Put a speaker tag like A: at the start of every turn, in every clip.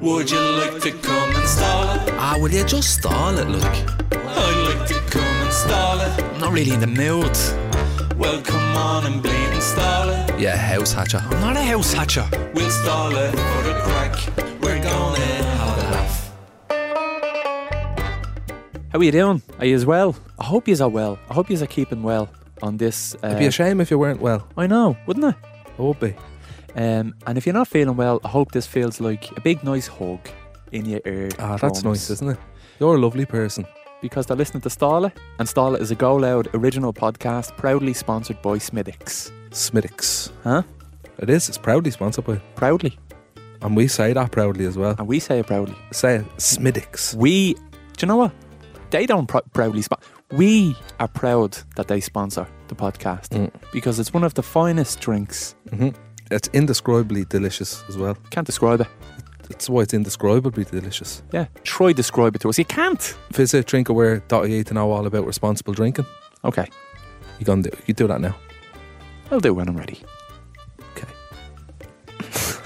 A: Would you like to come and stall it?
B: Ah, will you just stall it, look?
A: I'd like to come and stall it.
B: I'm not really in the mood.
A: Well, come on and bleed and stall it.
B: Yeah, house hatcher. I'm not a house hatcher.
A: We'll stall it for the crack. We're gonna have a laugh.
C: How are you doing? Are you as well? I hope yous are well. I hope yous are keeping well on this. Uh,
D: It'd be a shame if you weren't well.
C: I know, wouldn't it?
D: It would be.
C: Um, and if you're not feeling well, I hope this feels like a big, nice hug in your ear.
D: Ah, that's
C: drums.
D: nice, isn't it? You're a lovely person.
C: Because they're listening to Starla, and Starla is a Go Loud original podcast proudly sponsored by Smiddix.
D: Smittix.
C: Huh?
D: It is. It's proudly sponsored by.
C: Proudly.
D: And we say that proudly as well.
C: And we say it proudly.
D: Say it. Smittix.
C: We, do you know what? They don't pr- proudly sponsor. We are proud that they sponsor the podcast
D: Mm.
C: because it's one of the finest drinks.
D: hmm It's indescribably delicious as well.
C: Can't describe it.
D: That's why it's indescribably delicious.
C: Yeah. Try describe it to us. You can't.
D: Visit drinkaware.ie to know all about responsible drinking.
C: Okay.
D: You gonna do you do that now.
C: I'll do it when I'm ready.
D: Okay.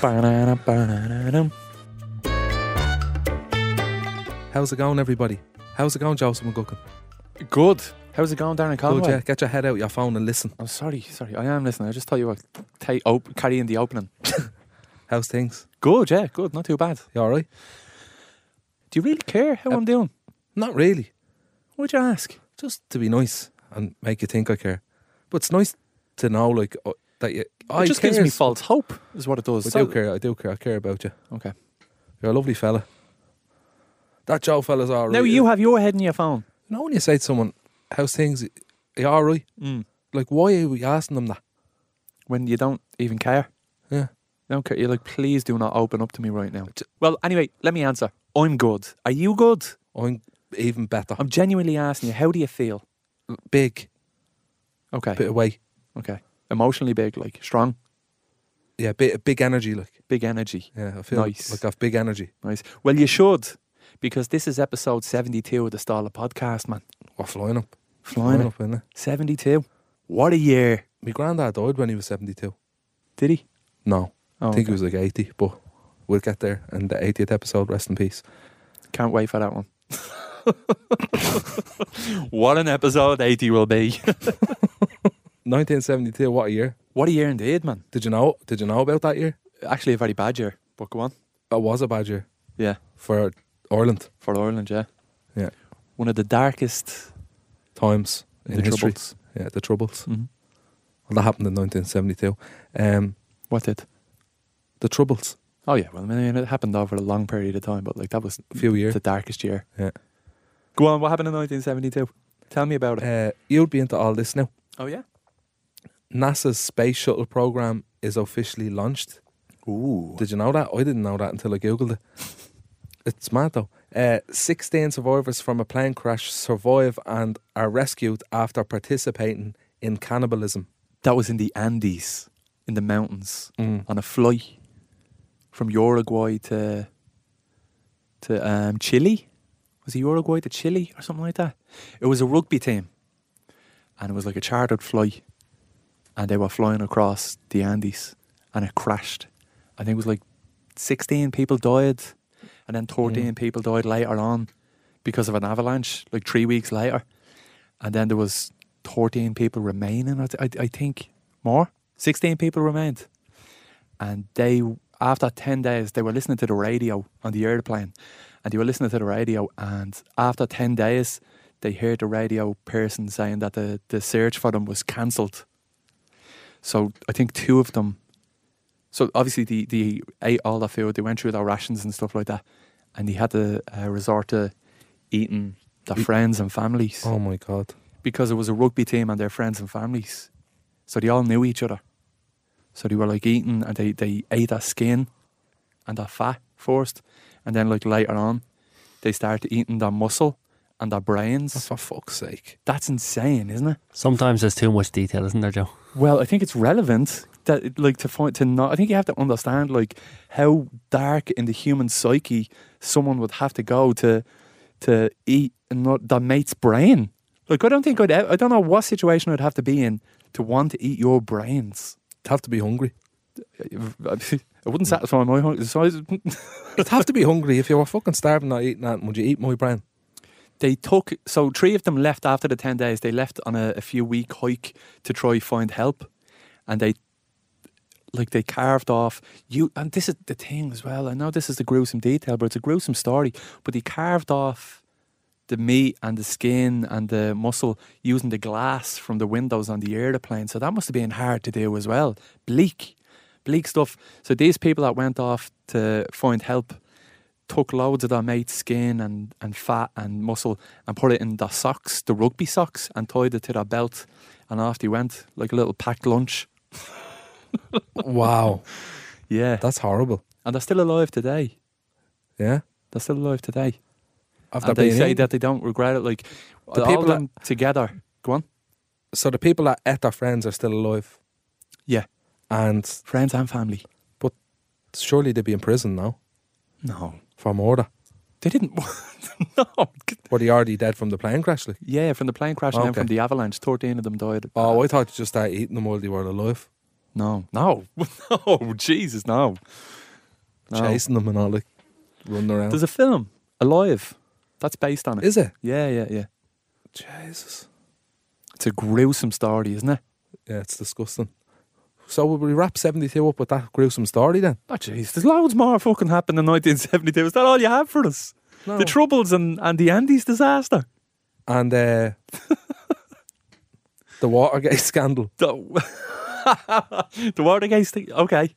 C: Ba-na-na, ba-na-na-dum.
D: How's it going, everybody? How's it going, Joseph McGuckin?
C: Good. How's it going, Darren Conway?
D: Good, yeah. Get your head out of your phone and listen.
C: I'm sorry, sorry. I am listening. I just thought you were ta- op- carrying the opening.
D: How's things?
C: Good, yeah, good. Not too bad.
D: You alright?
C: Do you really care how
D: Uh,
C: I'm doing?
D: Not really.
C: Why'd you ask?
D: Just to be nice and make you think I care. But it's nice to know, like, uh, that you. I
C: it just
D: cares.
C: gives me false hope, is what it does.
D: I
C: So-
D: do care. I do care. I care about you.
C: Okay.
D: You're a lovely fella. That Joe fella's alright.
C: Now you have your head in your phone.
D: You know when you say to someone, "How's things? You alright?"
C: Mm.
D: Like, why are we asking them that?
C: When you don't even care.
D: Yeah.
C: You don't care. You're like, please do not open up to me right now.
D: J-
C: Well, anyway, let me answer. I'm good. Are you good?
D: I'm even better.
C: I'm genuinely asking you, how do you feel?
D: big,
C: Okay.
D: bit of weight.
C: Okay. Emotionally big, like strong,
D: Yeah, bit big energy. Like,
C: big energy.
D: yeah, I feel
C: Nice.
D: like I've big energy.
C: Nice. Well, you should, because this is episode 72 of the Starla podcast, man.
D: We're flying up.
C: Flying
D: up, isn't it?
C: 72. What a year.
D: My granddad died when he was seventy-two.
C: Did he?
D: No,
C: Oh,
D: I
C: okay.
D: think he was like eighty, but we'll get there. And the eightieth episode, rest in peace.
C: Can't wait for that one. what an episode 80 will be.
D: Nineteen seventy-two. What a year!
C: what a year indeed, man.
D: Did you know? Did you know about that year?
C: Actually, a very bad year, but go on.
D: That was a bad year
C: Yeah,
D: for Ireland
C: for Ireland, yeah.
D: Yeah.
C: One of the darkest
D: times in
C: the
D: history.
C: troubles.
D: Yeah, the troubles.
C: Mhm.
D: Well, that happened in 1972. Um,
C: What did?
D: the troubles.
C: Oh, yeah. Well, I mean, it happened over a long period of time, but like that was
D: A few years.
C: the darkest year.
D: Yeah.
C: Go on, what happened in 1972? Tell me about it.
D: Uh, you'd be into all this now.
C: oh, yeah?
D: NASA's space shuttle program is officially launched.
C: Ooh.
D: Did you know that? I didn't know that until I googled it. It's mad though. Uh, 16 survivors from a plane crash survive and are rescued after participating in cannibalism.
C: That was in the Andes, in the mountains,
D: Mm.
C: on a flight from Uruguay to to um, Chile. Was it Uruguay to Chile or something like that? It was a rugby team, and it was like a chartered flight, and they were flying across the Andes, and it crashed. I think it was like sixteen people died, and then thirteen people died later on because of an avalanche, like three weeks later, and then there was thirteen people remaining. I, th- I, I think more, sixteen people remained and they after 10 days they were listening to the radio on the airplane and they were listening to the radio and after 10 days they heard the radio person saying that the, the search for them was cancelled so i think two of them so obviously the, the ate all the food they went through their rations and stuff like that and they had to uh, resort to eating their
D: Eat-
C: friends and families
D: Oh my god.
C: because it was a rugby team and their friends and families. So they all knew each other. So they were like eating and they, they ate their skin and their fat first. And then like later on, they started eating their muscle and their brains.
D: For fuck's sake.
C: That's insane, isn't it?
E: Sometimes there's too much detail, isn't there, Joe?
C: Well, I think it's relevant that like to find to not. I think you have to understand like how dark in the human psyche someone would have to go to to eat not their mate's brain. Like I don't think I'd. I don't know what situation I'd have to be in to want to eat your brains.
D: Have to be hungry.
C: It wouldn't satisfy my hunger. So I- hmm,
D: You'd have to be hungry if you were fucking starving, not eating that. Would you eat my bran?
C: They took so three of them left after the ten days. They left on a, a few week hike to try find help, and they like they carved off you. And this is the thing as well. I know this is the gruesome detail, but it's a gruesome story. But they carved off the meat and the skin and the muscle using the glass from the windows on the airplane. So that must have been hard to do as well. Bleak, bleak stuff. So these people that went off to find help took loads of their mate's skin and, and fat and muscle and put it in their socks, the rugby socks, and tied it to their belt. And off they went, like a little packed lunch.
D: Wow,
C: Yeah.
D: that's horrible.
C: and they're still alive today.
D: Yeah,
C: They're still alive today.
D: after
C: And they
D: being
C: say
D: eaten.
C: that they don't regret it. Like,
D: The
C: all
D: people
C: of
D: that-
C: them together. Go on.
D: So the people that ate their friends are still alive.
C: Yeah.
D: and
C: Friends and family.
D: surely they'd be in prison now
C: No.
D: for murder.
C: They didn't. no.
D: Were they already dead from the plane crash? Like,
C: Yeah, from the plane crash and then
D: Okay.
C: from the avalanche, 13 of them died.
D: oh, I thought you just started eating them while they were alive,
C: No. No. no. Jesus, no. No.
D: chasing them and all like running around.
C: There's a film, Alive, that's based on it.
D: Is it?
C: Yeah, yeah, yeah.
D: Jesus.
C: It's a gruesome story, isn't it?
D: Yeah, it's disgusting. So will we wrap seventy two up with that gruesome story then?
C: Oh, jeez. There's loads more fucking happened in 1972. Is that all you have for us?
D: No.
C: The Troubles and, and the Andes disaster.
D: and uh, the Watergate scandal.
C: The, the Watergate thing. Okay.
D: Did you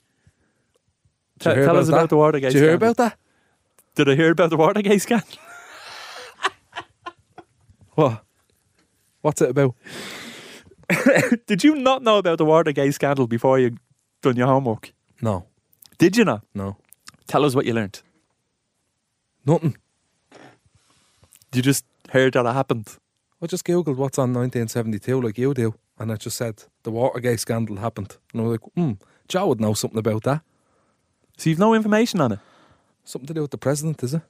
C: Tell
D: hear
C: tell us
D: about
C: about the
D: that?
C: Watergate
D: Did you hear
C: scandal.
D: about that?
C: Did I hear about the Watergate scandal?
D: What? What's it about?
C: Did you not know about the Watergate scandal before you done your homework?
D: No,
C: Did you not?
D: no,
C: Tell us what you learnt.
D: nothing.
C: You just heard that it happened.
D: I just googled what's on 1972 like you do, and it just said the Watergate scandal happened, and I was like, hmm, Joe would know something about that.
C: So you've no information on it.
D: Something to do with the president, is it?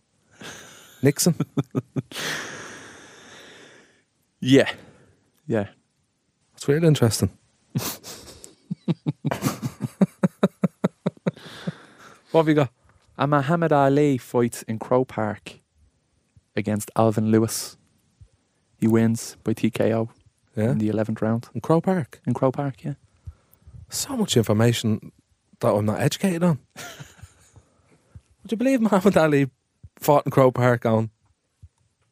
D: Nixon.
C: Yeah. Yeah.
D: It's really interesting. what have you got?
C: And Muhammad Ali fights in Crow Park against Alvin Lewis. He wins by TKO
D: Yeah,
C: in the 11th round
D: in Crow Park.
C: in Crow Park, yeah.
D: So much information that I'm not educated on. Would you believe Muhammad Ali fought in Crow Park on?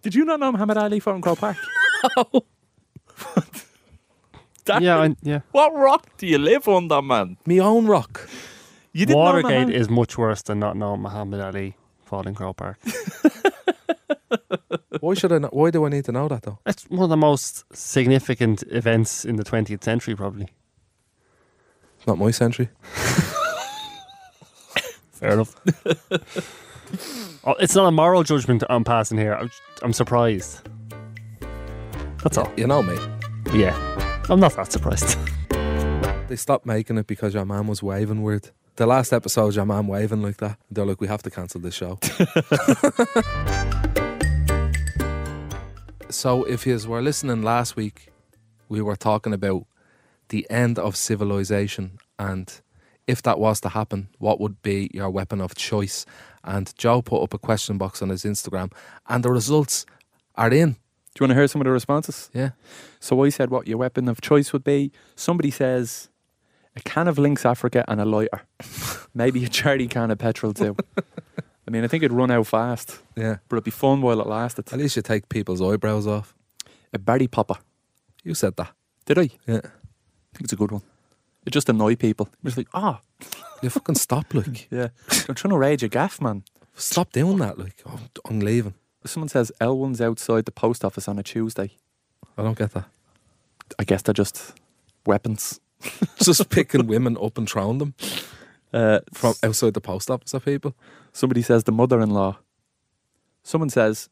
C: Did you not know Muhammad Ali fought in Crow Park? That-
E: yeah, I, yeah.
C: What rock do you live under, man?
D: Me own rock.
C: You didn't know
E: Watergate
C: Muhammad-
E: is much worse than not knowing Muhammad Ali fought in Crow Park.
D: Why should I? Not, why do I need to know that though?
E: It's one of the most significant events in the 20th century, probably.
D: It's not my century.
E: Fair enough. oh, it's not a moral judgment I'm passing here. I'm, I'm surprised. That's all.
D: You know me.
E: Yeah, I'm not that surprised.
D: They stopped making it because your man was waving weird. The last episode, your man waving like that. They're like, we have to cancel this show. so, if you were listening last week, we were talking about the end of civilization and if that was to happen, what would be your weapon of choice? And Joe put up a question box on his Instagram, and the results are in.
C: Do you want to hear some of the responses?
D: Yeah.
C: So I said what your weapon of choice would be. Somebody says a can of Lynx Africa and a lighter. Maybe a charity can of petrol too. I mean, I think it'd run out fast,
D: Yeah.
C: but it'd be fun while it lasted.
D: At least you take people's eyebrows off.
C: A berry popper.
D: You said that.
C: Did I? I
D: Yeah.
C: think it's a good one. It just annoy people. It's like, ah,
D: You fucking stop, like.
C: yeah. I'm trying to rage a gaff, man.
D: Stop doing that. Like, oh, I'm leaving.
C: Someone says L1's outside the post office on a Tuesday.
D: I don't get that.
C: I guess they're just weapons.
D: Just picking women up and throwing them
C: Uh,
D: from outside the post office of people.
C: Somebody says the mother in law. Someone says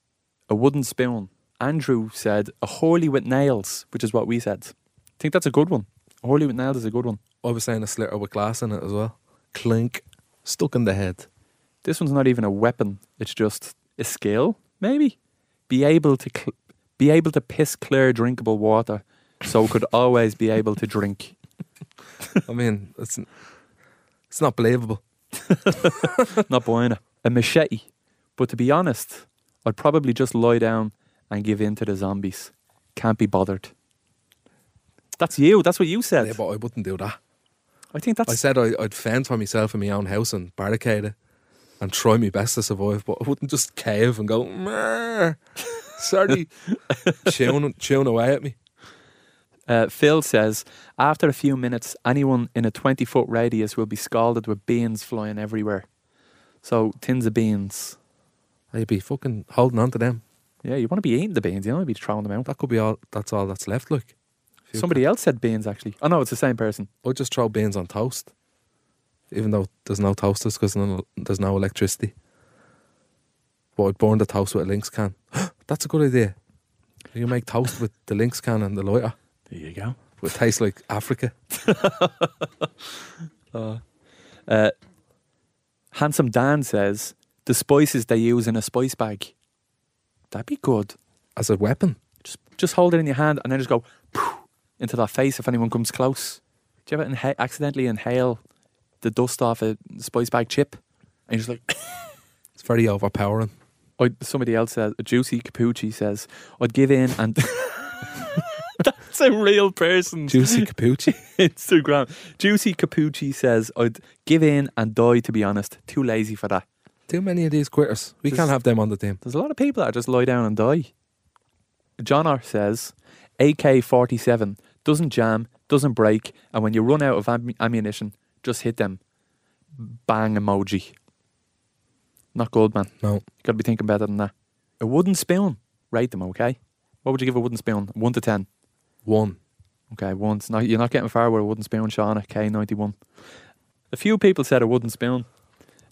C: a wooden spoon. Andrew said a holy with nails, which is what we said. I think that's a good one. A holy with nails is a good one.
D: I was saying a slitter with glass in it as well. Clink. Stuck in the head.
C: This one's not even a weapon. It's just a skill, maybe. Be able to cl- be able to piss clear drinkable water, so could always be able to drink.
D: I mean, it's It's not believable.
C: Not buying it. A machete. But to be honest, I'd probably just lie down and give in to the zombies. Can't be bothered. That's you. That's what you said.
D: Yeah, but I wouldn't do that.
C: I think
D: I
C: that's
D: said I, I'd fend for myself in my own house and barricade it and try my best to survive, but I wouldn't just cave and go, "Mrrr." sorry, chewing, chewing away at me.
C: Uh, Phil says, after a few minutes, anyone in a 20 foot radius will be scalded with beans flying everywhere. So, tins of beans.
D: I'd be fucking holding on to them.
C: Yeah, you want to be eating the beans, you don't want to be throwing them out.
D: That could be all. That's all that's left. Like, Few
C: Somebody else said beans, actually. Oh, no, it's the same person.
D: I just throw beans on toast, even though there's no toasters because there's no electricity. But I'd burn the toast with a Lynx can. that's a good idea. You can make toast with the Lynx can and the lighter.
C: There you go.
D: It would taste like Africa.
C: Uh, Handsome Dan says, the spices they use in a spice bag. That'd be good.
D: as a weapon.
C: Just, just hold it in your hand and then just go phew, into that face if anyone comes close. Do you ever inha- accidentally inhale the dust off a spice bag chip? And you're just like,
D: It's very overpowering.
C: I, somebody else says, Juicy Capucci says, I'd give in and. That's a real person's
D: Juicy capucci.
C: Instagram. Juicy Capucci says, I'd give in and die, to be honest. Too lazy for that.
D: Too many of these quitters. We
C: Just-
D: can't have them on the team.
C: There's a lot of people that just lie down and die. John R says, AK 47 doesn't jam, doesn't break, and when you run out of am- ammunition, just hit them. Bang emoji. Not good, man.
D: No.
C: Got to be thinking better than that. A wooden spoon. Rate them, okay? What would you give a wooden spoon? One to ten.
D: One.
C: Okay, once. Not, you're not getting far with a wooden spoon, Shauna. K91. A few people said a wooden spoon.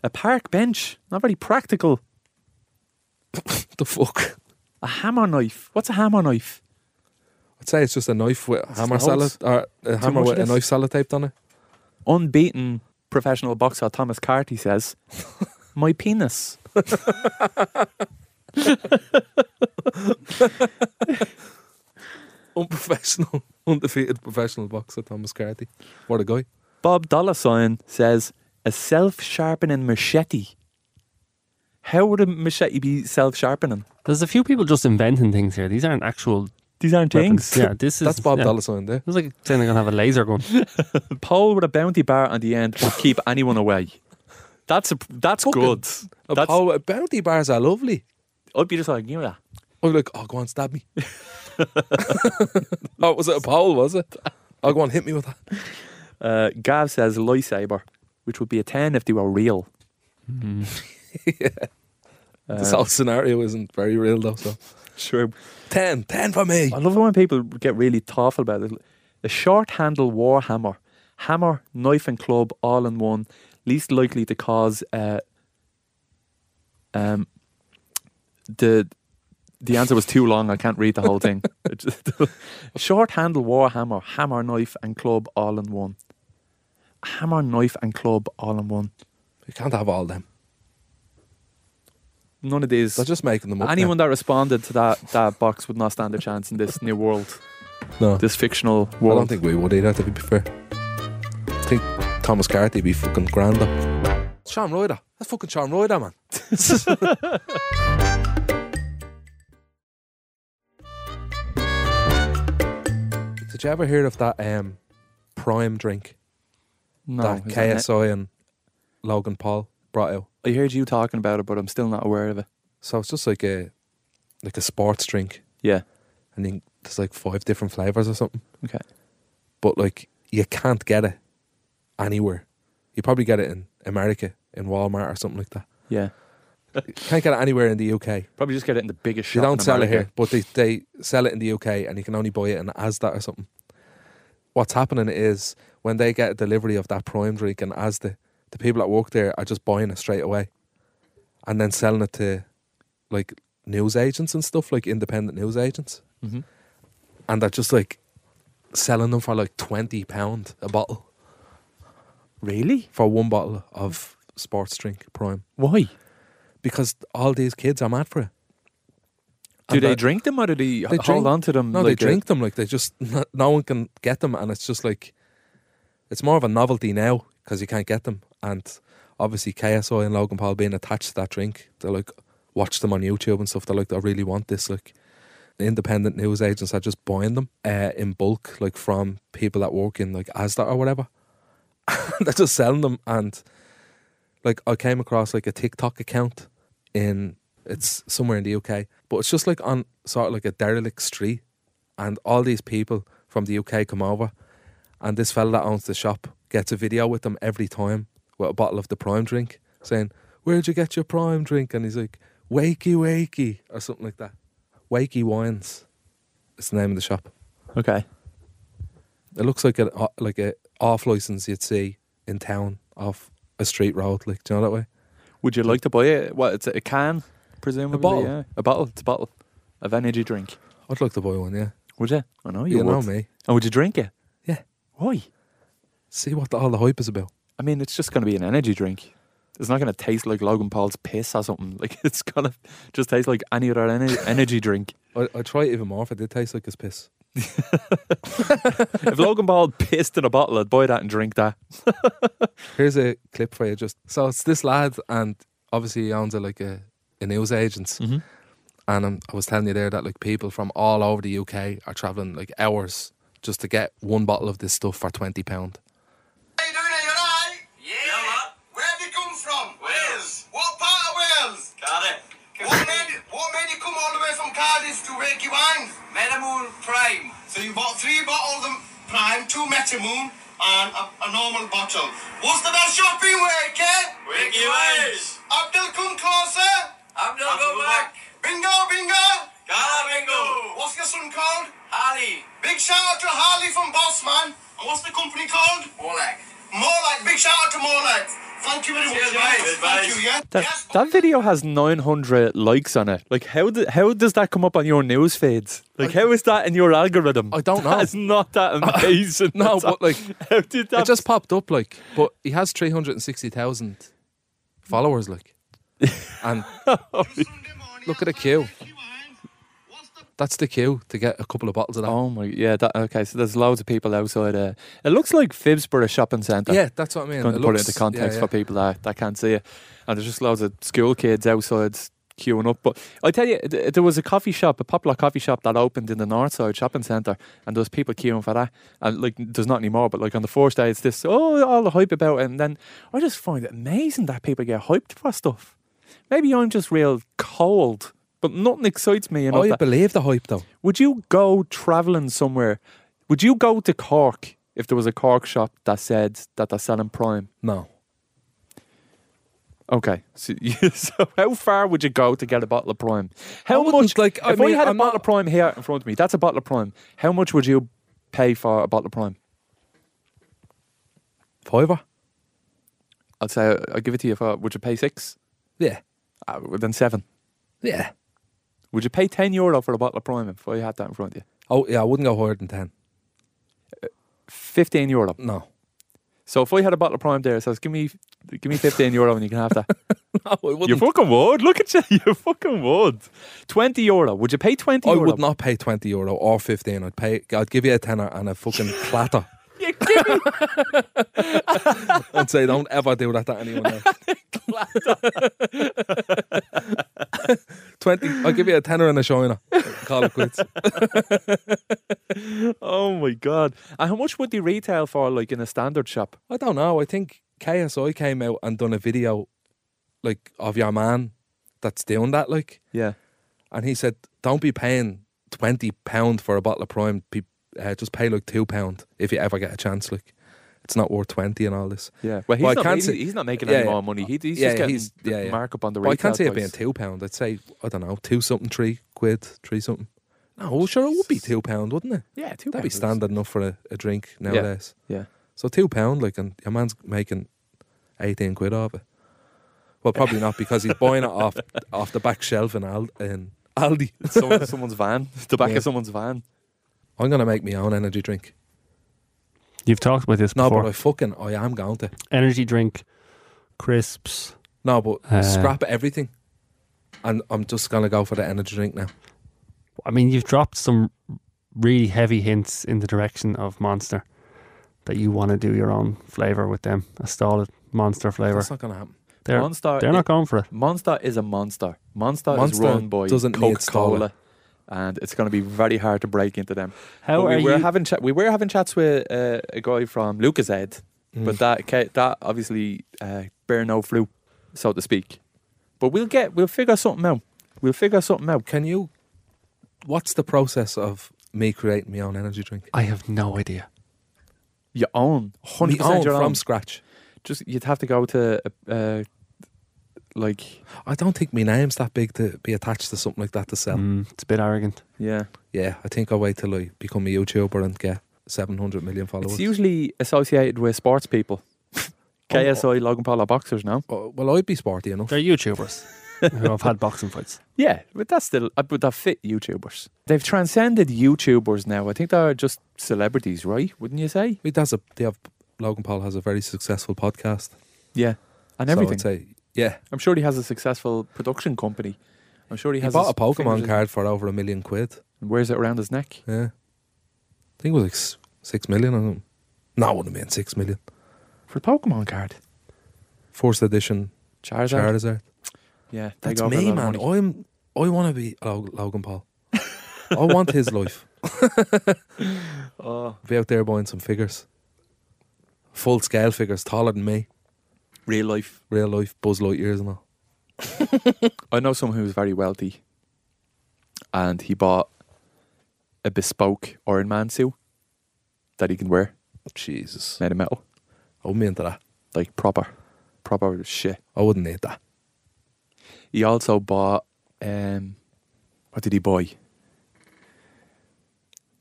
C: A park bench. Not very practical.
D: The fuck?
C: A hammer knife. What's a hammer knife?
D: I'd say it's just a knife with a
C: It's
D: hammer
C: the holes.
D: salad or a hammer
C: much
D: with a
C: of
D: knife salad taped on it.
C: Unbeaten professional boxer Thomas Carty says, My penis.
D: Unprofessional, undefeated professional boxer Thomas Carty. What a guy.
C: Bob Dollarsign says, A self sharpening machete. How would a machete be self sharpening?
E: There's a few people just inventing things here. These aren't actual
C: These aren't
E: weapons.
C: things.
E: Yeah, this is
D: That's Bob
E: yeah.
D: Dollar Sign there.
E: It's like saying they're gonna have a laser gun.
C: pole with a bounty bar on the end will keep anyone away. That's a, that's
D: Fucking-
C: good.
D: A
C: That's-
D: pole- a bounty Uh, bars are lovely.
C: I'd be just like, you know that.
D: I'm like, oh, go on, stab me. oh, was it a pole, was it? Oh, go on, hit me with that.
C: Uh, Gav says lightsaber, which would be a 10 if they were real. Uh,
D: this whole scenario isn't very real, though. So.
C: Sure.
D: 10, 10 for me.
C: I love it when people get really thoughtful about it. A short handle warhammer, hammer, knife, and club all in one, least likely to cause uh, um, the. The answer was too long. I can't read the whole thing. It just- Short handle warhammer, hammer, knife, and club all in one. Hammer, knife, and club all in one.
D: You can't have all them.
C: None of these.
D: They're just making them up. now.
C: Anyone that responded to that that box would not stand a chance in this new world,
D: No.
C: this fictional
D: I
C: world.
D: don't think we would either, to be fair. I think Thomas Carty would be fucking grand though. It's Sean Ryder. That's fucking Sean Ryder, man. Did you ever hear of that um, prime drink
C: no,
D: that
C: is that it?
D: KSI and Logan Paul brought out?
C: I heard you talking about it, but I'm still not aware of it.
D: So it's just like a like a sports drink,
C: Yeah.
D: and then there's like five different flavors or something.
C: Okay.
D: but like you can't get it anywhere. You probably get it in America, in Walmart or something like that.
C: Yeah.
D: You can't get it anywhere in the UK.
C: Probably just get it in the biggest
D: They
C: shop.
D: don't
C: in
D: sell it
C: America.
D: here, but they, they sell it in the UK and you can only buy it in Asda or something. What's happening is when they get a delivery of that prime drink in Asda, the people that work there are just buying it straight away and then selling it to like news agents and stuff, like independent news agents.
C: Mhm.
D: And they're just like selling them for like £20 a bottle.
C: Mm-hmm. Really?
D: for one bottle of sports drink prime
C: Why?
D: because all these kids are mad for it.
C: Do
D: And
C: they
D: that-
C: drink them or do they, h-
D: They
C: hold
D: drink-
C: on to them?
D: No,
C: like uh,
D: they drink them like they just no, no one can get them, and it's just like it's more of a novelty now because you can't get them, and obviously KSI and Logan Paul being attached to that drink, they're like watch them on YouTube and stuff. They're like, I really want this. Like independent news agents are just buying them uh, in bulk, like from people that work in like Asda or whatever. they're just selling them and like I came across like a TikTok account in it's somewhere in the UK, but it's just like on sort of like a derelict street, and all these people from the UK come over, and this fella that owns the shop gets a video with them every time with a bottle of the prime drink, saying, "Where'd you get your prime drink?" And he's like, "Wakey, wakey," or something like that. Wakey Wines, it's the name of the shop.
C: Okay.
D: It looks like a like a off license you'd see in town off a street road, like do you know that way.
C: Would you like to buy it? What it's a can, presumably.
D: bottle.
C: Yeah. A bottle. It's a bottle of energy drink.
D: I'd like to buy one, yeah.
C: Would you? I know you,
D: You,
C: would.
D: know me.
C: And would you drink it?
D: Yeah.
C: Why?
D: See what the, all the hype is about.
C: I mean, it's just going to be an energy drink. It's not going to taste like Logan Paul's piss or something. Like it's going to just taste like any other ener- energy drink.
D: I I try it even more if it did taste like his piss.
C: If Logan Paul pissed in a bottle, I'd buy that and drink that.
D: Here's a clip for you. Just so it's this lad, and obviously he owns a, like a, a news agent.
C: Mhm.
D: And um, I was telling you there that like people from all over the UK are traveling like hours just to get one bottle of this stuff for twenty pound.
F: How you doing? Are you alright? Yeah. Where have you come from? Wales. What part of Wales? Cardiff. What made, what made you come all the way from Cardiff to Wakey Wines? Metamoon Prime. So you bought three bottles of Prime, two Metamoon, and a, a normal bottle. What's the best shop in Wakey? Wakey Wines. Abdul, come closer. Abdul, go back. Bingo, bingo. Gala bingo. What's your son called? Harley. Big shout out to Harley from Bossman. And what's the company called? Morlack. Morlack. Big shout out to Morlack. Thank you very much, guys. Thank you, yeah.
C: That,
F: yes.
C: that video has 900 likes on it. Like, how do, how does that come up on your news feeds? Like, how is that in your algorithm?
D: I don't know.
C: It's not that amazing.
D: No,
C: That's all-
D: but like
C: how did that?
D: it just popped up. Like, but he has three hundred and sixty thousand followers. Like, and look at the queue. That's the queue to get a couple of bottles of that.
C: Oh my, yeah. That, okay, so there's loads of people outside. Uh, it looks like Fibsborough shopping centre.
D: yeah, that's what I mean.
C: going to
D: It
C: put it
D: looks-
C: into
D: yeah,
C: context
D: yeah.
C: for people that, that can't see it. And there's just loads of school kids outside queuing up. But I tell you, th- there was a coffee shop, a popular coffee shop that opened in the North Side shopping centre, and there was people queuing for that. And like, there's not anymore. But like on the first day, it's this oh, all the hype about it. And then I just find it amazing that people get hyped for stuff. Maybe I'm just real cold, but nothing excites me enough.
D: I
C: that-
D: Oh, believe the hype though.
C: would you go travelling somewhere? Would you go to Cork if there was a Cork shop that said that they're selling Prime?
D: No.
C: Okay, so, so how far would you go to get a bottle of prime? How
D: wouldn't,
C: much?
D: like,
C: Like,
D: I
C: if
D: mean,
C: I had
D: I'm
C: a bottle
D: not-
C: of prime here in front of me, that's a bottle of prime. How much would you pay for a bottle of prime?
D: Fiver?
C: I'd say I- I'll give it to you for. Would you pay six?
D: Yeah.
C: Uh, then seven.
D: Yeah.
C: Would you pay ten euro for a bottle of prime if I had that in front of you?
D: Oh yeah, I wouldn't go higher than ten.
C: Fifteen euro.
D: No.
C: So if I had a bottle of prime there, it says give me, give me fifteen euro and you can have that.
D: No, I wouldn't.
C: you fucking would. Look at you. You fucking would. Twenty euro. Would you pay twenty?
D: I
C: euro?
D: would not pay twenty euro or fifteen. I'd pay I'd give you a tenner and a fucking platter.
C: You give me
D: I'd say don't ever do that to anyone else. twenty I'll give you a tenner and a shiner. Call it quits.
C: Oh my god! And how much would they retail for, like in a standard shop?
D: I don't know. I think KSI came out and done a video like of your man that's doing that like
C: Yeah,
D: and he said, "Don't be paying twenty pound for a bottle of prime. Pe- uh, just pay like two pound if you ever get a chance. Like, it's not worth twenty and all this.
C: yeah. Well, he's,
D: Well, I
C: not,
D: can't
C: he's,
D: see-
C: he's not making
D: yeah,
C: any
D: yeah.
C: more money. He, he's
D: Yeah,
C: just getting
D: he's-
C: the
D: yeah, yeah.
C: markup on the
D: But
C: retail.
D: I can't see it
C: price.
D: being two pound. I'd say I don't know two something, three quid, three something. No, well, sure it would be two pound, wouldn't it?
C: Yeah, two.
D: That'd be
C: pounds.
D: standard enough for a, a drink nowadays.
C: Yeah.
D: So two pound, like, and your man's making eighteen quid off it. Well, probably not because he's buying it off off the back shelf in, Al- in Aldi.
C: Someone, someone's van, the back
D: Yeah.
C: of someone's van.
D: I'm gonna make my own energy drink.
E: You've talked about this
D: No,
E: before.
D: but I fucking I am going to.
E: Energy drink, crisps.
D: No, but
E: Uh,
D: scrap everything. And I'm just gonna go for the energy drink now.
E: I mean, you've dropped some really heavy hints in the direction of Monster that you want to do your own flavor with them. A solid monster flavor.
D: That's not going to happen.
E: They're,
C: Monster
E: they're
C: i-
E: not going for it.
C: Monster is a monster. Monster, is
D: Monster
C: run by
D: doesn't need
C: Coca
D: Stala.
C: Cola, and it's going to be very hard to break into them.
E: How
C: But we
E: are
C: were
E: you?
C: having chat. We were having chats with uh, a guy from Lucashead,
D: Mm.
C: but that ca- that obviously uh, bear no fruit, so to speak. But we'll get we'll figure something out. We'll figure something out.
D: Can you? What's the process of me creating my own energy drink?
E: I have no idea.
C: Your own, hundred
D: Me own
C: percent your own.
D: from scratch.
C: Just you'd have to go to uh, uh, like
D: I don't think my name's that big to be attached to something like that to sell.
E: Mm, it's a bit arrogant.
C: yeah.
D: Yeah, I think I'll wait till I become a YouTuber and get 700 million followers.
C: It's usually associated with sports people. Um, KSI Logan Paul are boxers now.
D: Uh, well, I'd be sporty enough.
E: They're YouTubers who have had boxing fights.
C: Yeah, but that's still uh, but that fit YouTubers. They've transcended YouTubers now. I think they're just celebrities, right? Wouldn't you say?
D: He does a, they have, Logan Paul has a very successful podcast.
C: Yeah, and
D: So I'd
C: everything.
D: say, yeah.
C: I'm sure he has a successful production company. I'm sure he
D: He,
C: has
D: bought
C: his
D: a Pokemon
C: fingers in-
D: card for over a million quid.
C: and wears it around his neck.
D: Yeah. I think it was like s- six million or something. No, it wouldn't have been six million.
C: For a Pokemon card,
D: First edition
C: Charizard.
D: Charizard.
C: Yeah, they
D: That's
C: go for a
D: me,
C: lot
D: man.
C: of money.
D: I'm, I want to be Log- Logan Paul. I want his life. Be out there buying some figures. Full scale figures, taller than me.
C: Real life.
D: Oh, Real life, Buzz Lightyears and all.
C: I know someone who's very wealthy, and he bought a bespoke Iron Man suit that he can wear,
D: Jesus.
C: made of metal,
D: I wouldn't be into that.
C: like proper, proper shit.
D: I wouldn't need that.
C: He also bought um what did he buy?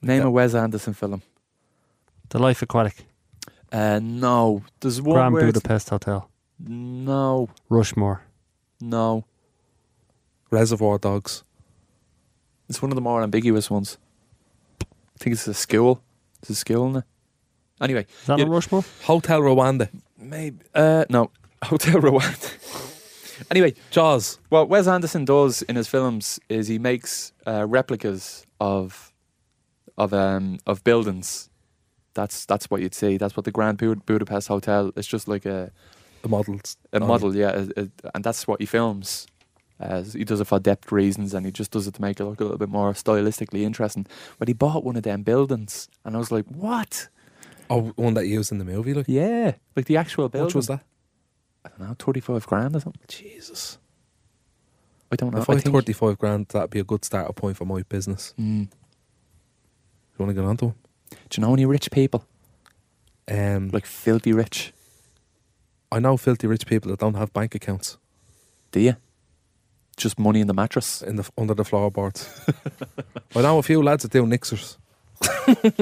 C: Name
D: Yeah.
C: a Wes Anderson film.
E: The Life Aquatic,
C: Uh no. There's one
E: Grand
C: where it's-
E: Budapest Hotel,
C: No,
E: Rushmore.
C: no.
D: Reservoir Dogs.
C: It's one of the more ambiguous ones. I think it's a school. It's a school, isn't it? Anyway,
E: Is that
C: Yeah.
E: on Rushmore?
D: Hotel Rwanda.
C: maybe uh no. Hotel Rwanda. anyway,
D: Jaws.
C: what Wes Anderson does in his films is he makes uh, replicas of of um of buildings. That's that's what you'd see. That's what the Grand Bud- Budapest Hotel. It's just like a
D: The models.
C: a model, yeah, a, a, and that's what he films. Uh, he does it for depth reasons, and he just does it to make it look a little bit more stylistically interesting. But he bought one of them buildings, and I was like, "What?
D: Oh, one that he used in the movie. Like,
C: Yeah, like the actual
D: how
C: building."
D: much was that?
C: I don't know, thirty-five grand or something.
D: Jesus.
C: I don't know.
D: If
C: I
D: I
C: think-
D: had 35 grand, that'd be a good start point for my business.
C: Mm.
D: You want to get onto
C: do you know any rich people?
D: him? Um,
C: Like filthy rich?
D: I know filthy rich people that don't have bank accounts
C: Do you? Just money in the mattress.
D: in the under the floorboards. I know a few lads that do nixers.
C: I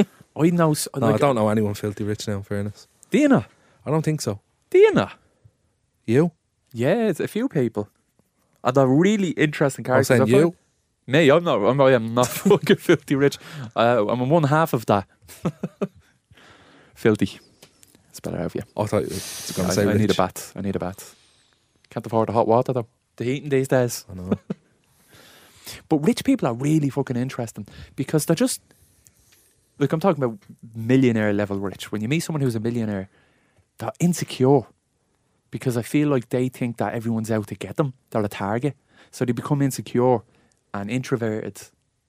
C: know. s-
D: No, I
C: like-
D: don't know anyone filthy rich now. In fairness,
C: Do you know?
D: I don't think so.
C: Do you know?
D: You?
C: Yeah, it's a few people. And they're really interesting
D: I'm
C: characters. I
D: saying
C: find-
D: you.
C: Me, I'm not. I'm, I am not fucking filthy rich. Uh, I'm one half of that. filthy. It's better out of you.
D: I thought you were going
C: I,
D: to say
C: I
D: rich.
C: need a bat. I need a bat. Can't afford the hot water though. The heating these days.
D: I know.
C: But rich people are really fucking interesting because they're just like I'm talking about millionaire level rich. When you meet someone who's a millionaire, they're insecure because I feel like they think that everyone's out to get them. They're a target, so they become insecure and introverted.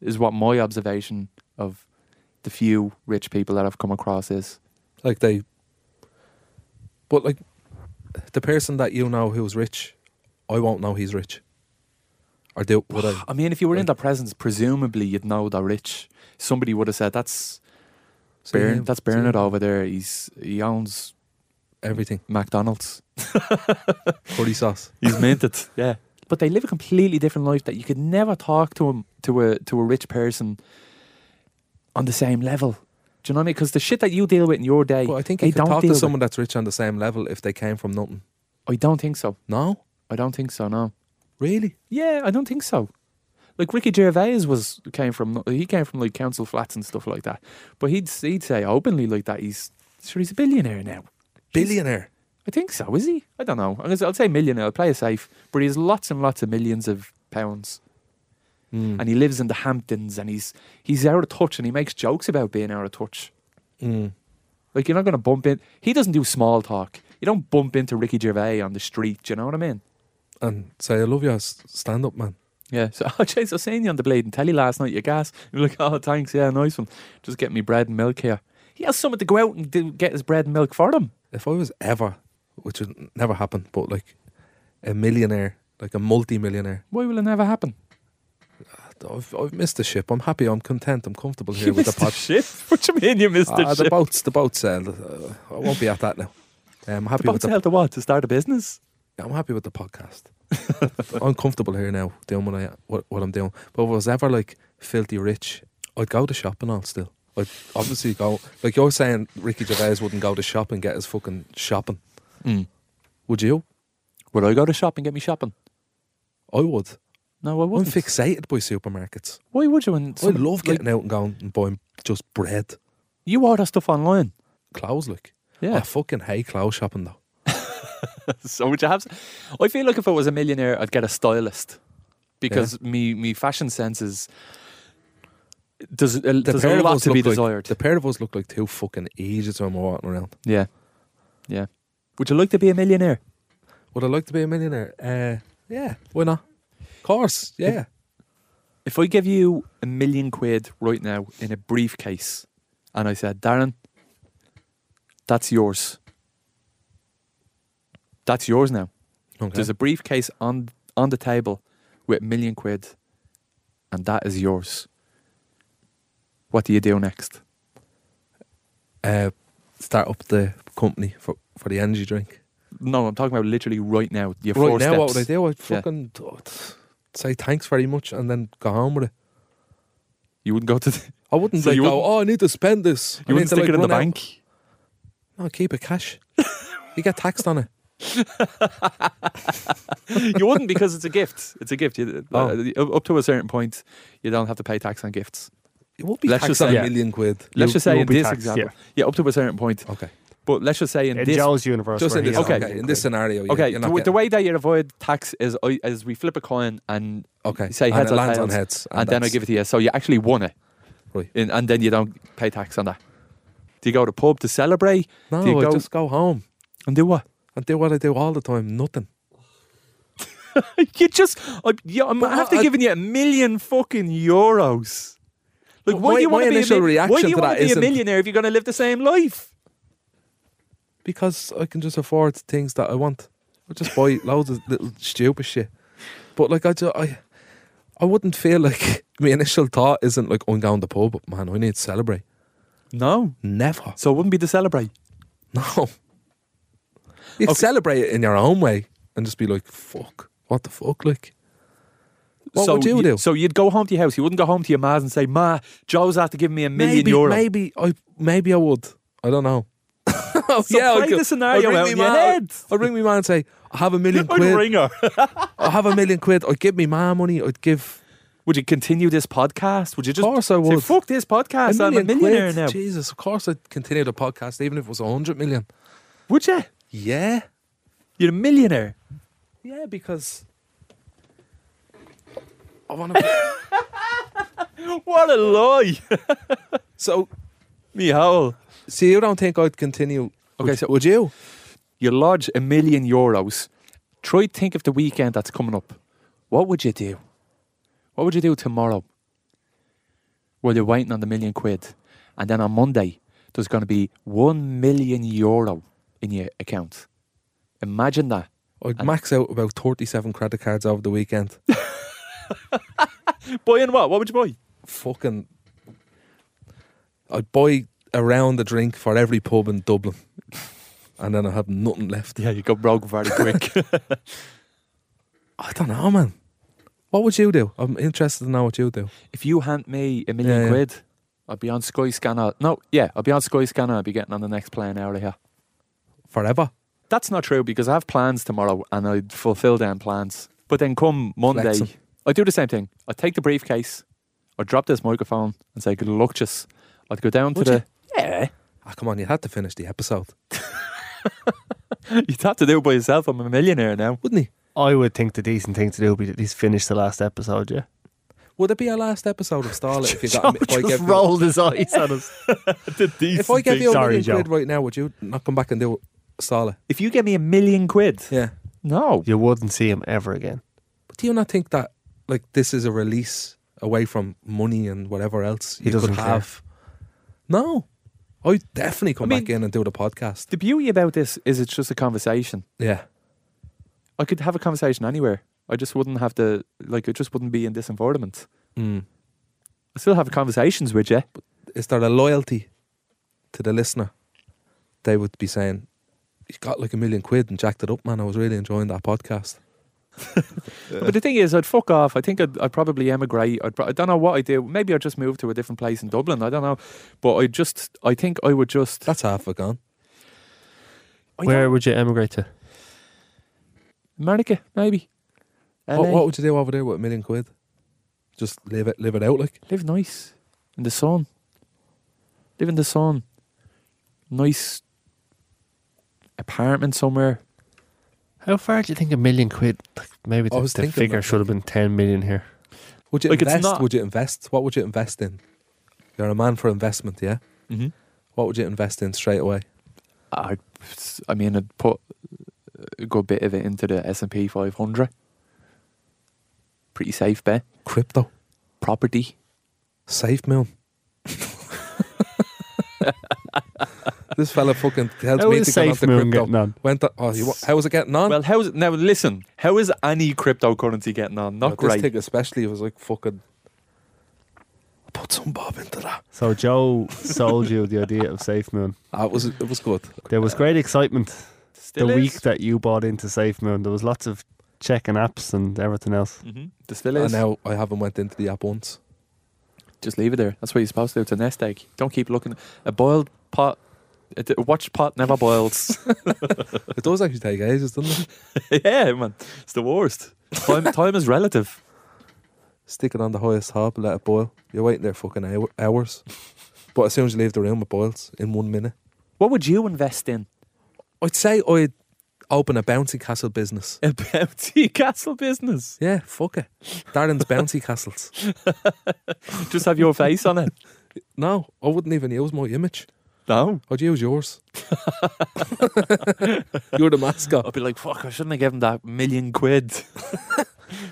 C: Is what my observation of the few rich people that I've come across is.
D: like they, but like the person that you know who's rich, I won't know he's rich. Or do would I?
C: I mean, if you were in
D: Right.
C: their presence, presumably you'd know they're rich. Somebody would have said, "That's
D: See
C: Bern,
D: him,
C: that's
D: see
C: Bernard
D: him,
C: over there. He's he owns
D: Everything
C: McDonald's.
D: curry sauce.
C: He's minted. Yeah. But they live a completely different life that you could never talk to him to a to a rich person on the same level. Do you know what I mean? Because the shit that you deal with in your day,
D: Well, I think
C: they
D: you could
C: don't
D: talk
C: deal
D: to
C: with.
D: someone that's rich on the same level if they came from nothing.
C: I don't think so.
D: No,
C: I don't think so. No.
D: really?
C: Yeah, I don't think so. Like Ricky Gervais was came from he came from like council flats and stuff like that, but he'd he'd say openly like that he's sure he's a billionaire now.
D: Billionaire. I
C: I think so. Is he? I don't know. I'm gonna say- I'll say millionaire. I'll play it safe, but he has lots and lots of millions of pounds.
D: Mm.
C: and he lives in the Hamptons and he's he's out of touch and he makes jokes about being out of touch.
D: Mm.
C: Like you're not going to bump in. He doesn't do small talk. You don't bump into Ricky Gervais on the street. Do you know what I mean?
D: and say, I love you, s- stand up, man.
C: Yeah. So, oh, James, I was saying you on the blade and tell you last night you gas. You're like, oh, thanks. Yeah, nice one. Just get me bread and milk here. He has someone to go out and do, get his bread and milk for him.
D: If I was ever, which would never happen, but like a millionaire, like a multi millionaire,
C: Why will it never happen?
D: I've, I've missed the ship. I'm happy, I'm content, I'm comfortable here
C: You
D: with the
C: missed the
D: pod.
C: ship. What do you mean you missed
D: Ah,
C: the
D: the
C: ship?
D: boats, the boats. Uh, l- uh, I won't be at that now. Um, I'm happy with
C: About
D: the.
C: to hell to what? To start a business?
D: I'm happy with the podcast. I'm comfortable here now, doing what I what, what I'm doing. But if I was ever like filthy rich, I'd go to shopping all still. I'd obviously go like you're saying. Ricky Gervais wouldn't go to shop and get his fucking shopping.
C: Mm.
D: Would you?
C: Would I go to shop and get me shopping?
D: I would.
C: No, I
D: I'm
C: wouldn't.
D: fixated by supermarkets.
C: Why would you? And
D: I love getting out and going and buying just bread,
C: you order stuff online.
D: clothes. Like I
C: Yeah.
D: fucking hate clothes shopping though.
C: so would you have? s- I feel like if I was a millionaire, I'd get a stylist because me me fashion senses does uh,
D: The
C: there's
D: pair
C: a
D: of
C: lot
D: us
C: to be
D: look like-
C: desired.
D: The pair of us look like two fucking idiots when we're walking around.
C: yeah, yeah. Would you like to be a millionaire?
D: Would I like to be a millionaire? Uh, yeah, why not? Of course, yeah.
C: If I give you a million quid right now in a briefcase, and I said, Darren, that's yours. That's yours now.
D: Okay.
C: There's a briefcase on on the table with a million quid, and that is yours. What do you do next?
D: uh, start up the company for, for the energy drink.
C: No, I'm talking about literally right now. Your
D: right
C: four
D: now,
C: steps.
D: what would I do? I'd
C: Yeah.
D: fucking oh, t- say thanks very much and then go home with it.
C: You wouldn't go to. The,
D: I wouldn't
C: So
D: like
C: you
D: go,
C: wouldn't-
D: oh, I need to spend this. I
C: you
D: need
C: wouldn't
D: to,
C: stick
D: like,
C: it in the
D: run out."
C: bank.
D: No, keep it cash. you get taxed on it.
C: you wouldn't because it's a gift. It's a gift. You,
D: Oh.
C: uh, up to a certain point, you don't have to pay tax on gifts.
D: It would be
C: Let's
D: taxed
C: just
D: on
E: say-
D: a million quid.
C: Let's
E: You-
C: just
E: you
C: say
E: will
C: in
E: be
C: this
E: taxed,
C: example, yeah. up to a certain point.
D: Okay.
C: But let's just say in,
E: In
C: this
E: Joe's universe,
D: Just
E: where
D: in
E: he
D: this,
E: has a
C: okay,
E: million
D: in this
E: quid.
D: scenario. you're-
C: Okay,
D: you're
C: the,
D: not
C: w- the
D: getting-
C: way that you avoid tax is I- is we flip a coin and
D: Okay.
C: say
D: and
C: heads
D: it
C: or
D: lands on
C: tails,
D: heads.
C: and, then I
D: that's-
C: give it to you. So you actually won it,
D: Right.
C: In, and then you don't pay tax on that. Do you go to pub to celebrate?
D: No,
C: do you
D: I
C: go
D: just go home
C: and do what?
D: and do what I do all the time. Nothing.
C: You just I, yeah, I'm
D: But
C: after
D: I-
C: giving you a million fucking euros. Like,
D: But
C: why
D: my-
C: do you want
D: my
C: to be a
D: initial
C: mil- Why do
D: reaction
C: you
D: to
C: want
D: that
C: to be a
D: isn't-
C: millionaire if you're going to live the same life?
D: because I can just afford things that I want. I just buy loads of little stupid shit. But like I just I I wouldn't feel like my initial thought isn't like I'm going to the pub, but man, I need to celebrate.
C: No,
D: Never.
C: so it wouldn't be to celebrate.
D: No. You'd celebrate it in your own way and just be like, fuck. What the fuck? Like what
C: so
D: would you, do?
C: So you'd go home to your house. You wouldn't go home to your ma's and say, "Ma, Joe's after giving me a million
D: maybe
C: euros."
D: maybe I maybe I would. I don't know.
C: So
D: I'd
C: play
D: go-
C: the scenario
D: I'd ring
C: out
D: me
C: in your
D: man-
C: head.
D: I'd ring me man and say, I have a million
C: I'd
D: quid.
C: ring her.
D: I have a million quid. I'd give me my money. I'd give
C: Would you continue this podcast? Would you just
D: course I
C: say,
D: would.
C: fuck this podcast? I'm a
D: million
C: millionaire
D: quid.
C: now.
D: Jesus, of course I'd continue the podcast even if it was a hundred million.
C: Would you?
D: Yeah.
C: You're a millionaire.
D: Yeah, because I want to.
C: What a lie.
D: so,
C: Me howl.
D: see, you don't think I'd continue?
C: Okay,
D: would,
C: so-
D: would you?
C: You lodge a million euros. Try to think of the weekend that's coming up. What would you do? What would you do tomorrow? Well, you're waiting on the million quid. And then on Monday, there's going to be one million euro in your account. Imagine that.
D: I'd max out about thirty-seven credit cards over the weekend.
C: Buying what? What would you buy?
D: Fucking, I'd buy a round of drink for every pub in Dublin, and then I have nothing left.
C: Yeah, you go broke very quick.
D: I don't know, man. What would you do? I'm interested to know what you do.
C: if you hand me a million
D: Yeah, yeah.
C: quid, I'd be on Sky Scanner. No, yeah, I'd be on Sky Scanner. I'd be getting on the next plane out of here.
D: Forever.
C: That's not true because I have plans tomorrow and I'd fulfill them plans. But then come Monday,
D: Flex 'em.
C: I do the same thing. I take the briefcase, I drop this microphone and say, good luck, just. I'd go down
D: Would
C: to
D: you?
C: the. Yeah.
D: Ah, come on, you had to finish the episode,
C: You'd have to do it by yourself. I'm a millionaire now.
D: wouldn't he?
E: I would think the decent thing to do would be to at least finish the last episode, yeah.
D: Would it be our last episode of Starlet if you got if I
E: Just
D: gave
E: rolled his eyes at us.
D: you, if I gave you a
E: Sorry,
D: million
E: Joe.
D: quid right now, would you not come back and do it? Salah.
C: If you give me a million quid,
D: Yeah.
C: no.
E: You wouldn't see him ever again.
D: But do you not think that like this is a release away from money and whatever else
E: He
D: you
E: doesn't
D: could
E: care.
D: have? No. I would definitely come
C: I
D: back
C: mean-
D: in and do the podcast.
C: The beauty about this is it's just a conversation.
D: Yeah.
C: I could have a conversation anywhere. I just wouldn't have to like. I just wouldn't be in this environment.
D: Mm.
C: I still have conversations with you.
D: Is there a loyalty to the listener? They would be saying, You got like a million quid and jacked it up, man. I was really enjoying that podcast.
C: But the thing is, I'd fuck off. I think I'd, I'd probably emigrate. I'd pro- I don't know what I'd do. Maybe I'd just move to a different place in Dublin. I don't know. But I just, I think I would just.
D: That's half a gone.
C: I
E: Where
C: don't-
E: would you emigrate to?
C: America, maybe. LA.
D: What, what would you do over there with a million quid? Just live it, live it out like.
C: Live nice in the sun. Live in the sun. Nice apartment somewhere.
E: How far do you think a million quid? Like maybe
D: I
E: the,
D: was
E: the
D: thinking
E: figure
D: that.
E: should have been ten million here.
D: Would you
C: Like, it's
D: invest?
C: not-
D: Would you invest? What would you invest in? You're a man for investment, yeah.
C: Mhm.
D: What would you invest in straight away?
C: I'd, I mean, I'd put a good bit of it into the S and P 500. Pretty safe bet.
D: Crypto,
C: Property.
D: safe moon. this fella fucking tells
E: How
D: me
E: is
D: to go
E: safe
D: after
E: moon
D: crypto.
E: getting on?
D: Went to, oh, you, wa- how was it getting on?
C: Well, how's now? Listen, how is any cryptocurrency getting on? Not
D: But
C: great.
D: This thing especially it was like fucking. Put some bob into that.
E: So Joe sold you the idea of Safe Moon.
D: Ah, it was it was good.
E: There was great excitement
C: Still
E: the
C: is.
E: week that you bought into Safe Moon. There was lots of checking apps and everything else.
C: Mhm. There still
D: And
C: is.
D: now I haven't went into the app once.
C: Just leave it there. That's what you're supposed to do. It's a nest egg. Don't keep looking. A boiled pot, a d- a watched pot never boils.
D: It does actually take ages, doesn't it?
C: yeah, man, it's the worst. Time, time is relative.
D: Stick it on the highest hob, let it boil. You're waiting there fucking hour, hours. But as soon as you leave the room, it boils in one minute.
C: What would you invest in?
D: I'd say I'd open a bouncy castle business.
C: A bounty castle business.
D: Yeah, fuck it. Darren's bouncy castles.
C: Just have your face on it.
D: No, I wouldn't even use my image.
C: No.
D: I'd use yours. You're the mascot.
C: I'd be like, fuck, I shouldn't have given that million quid.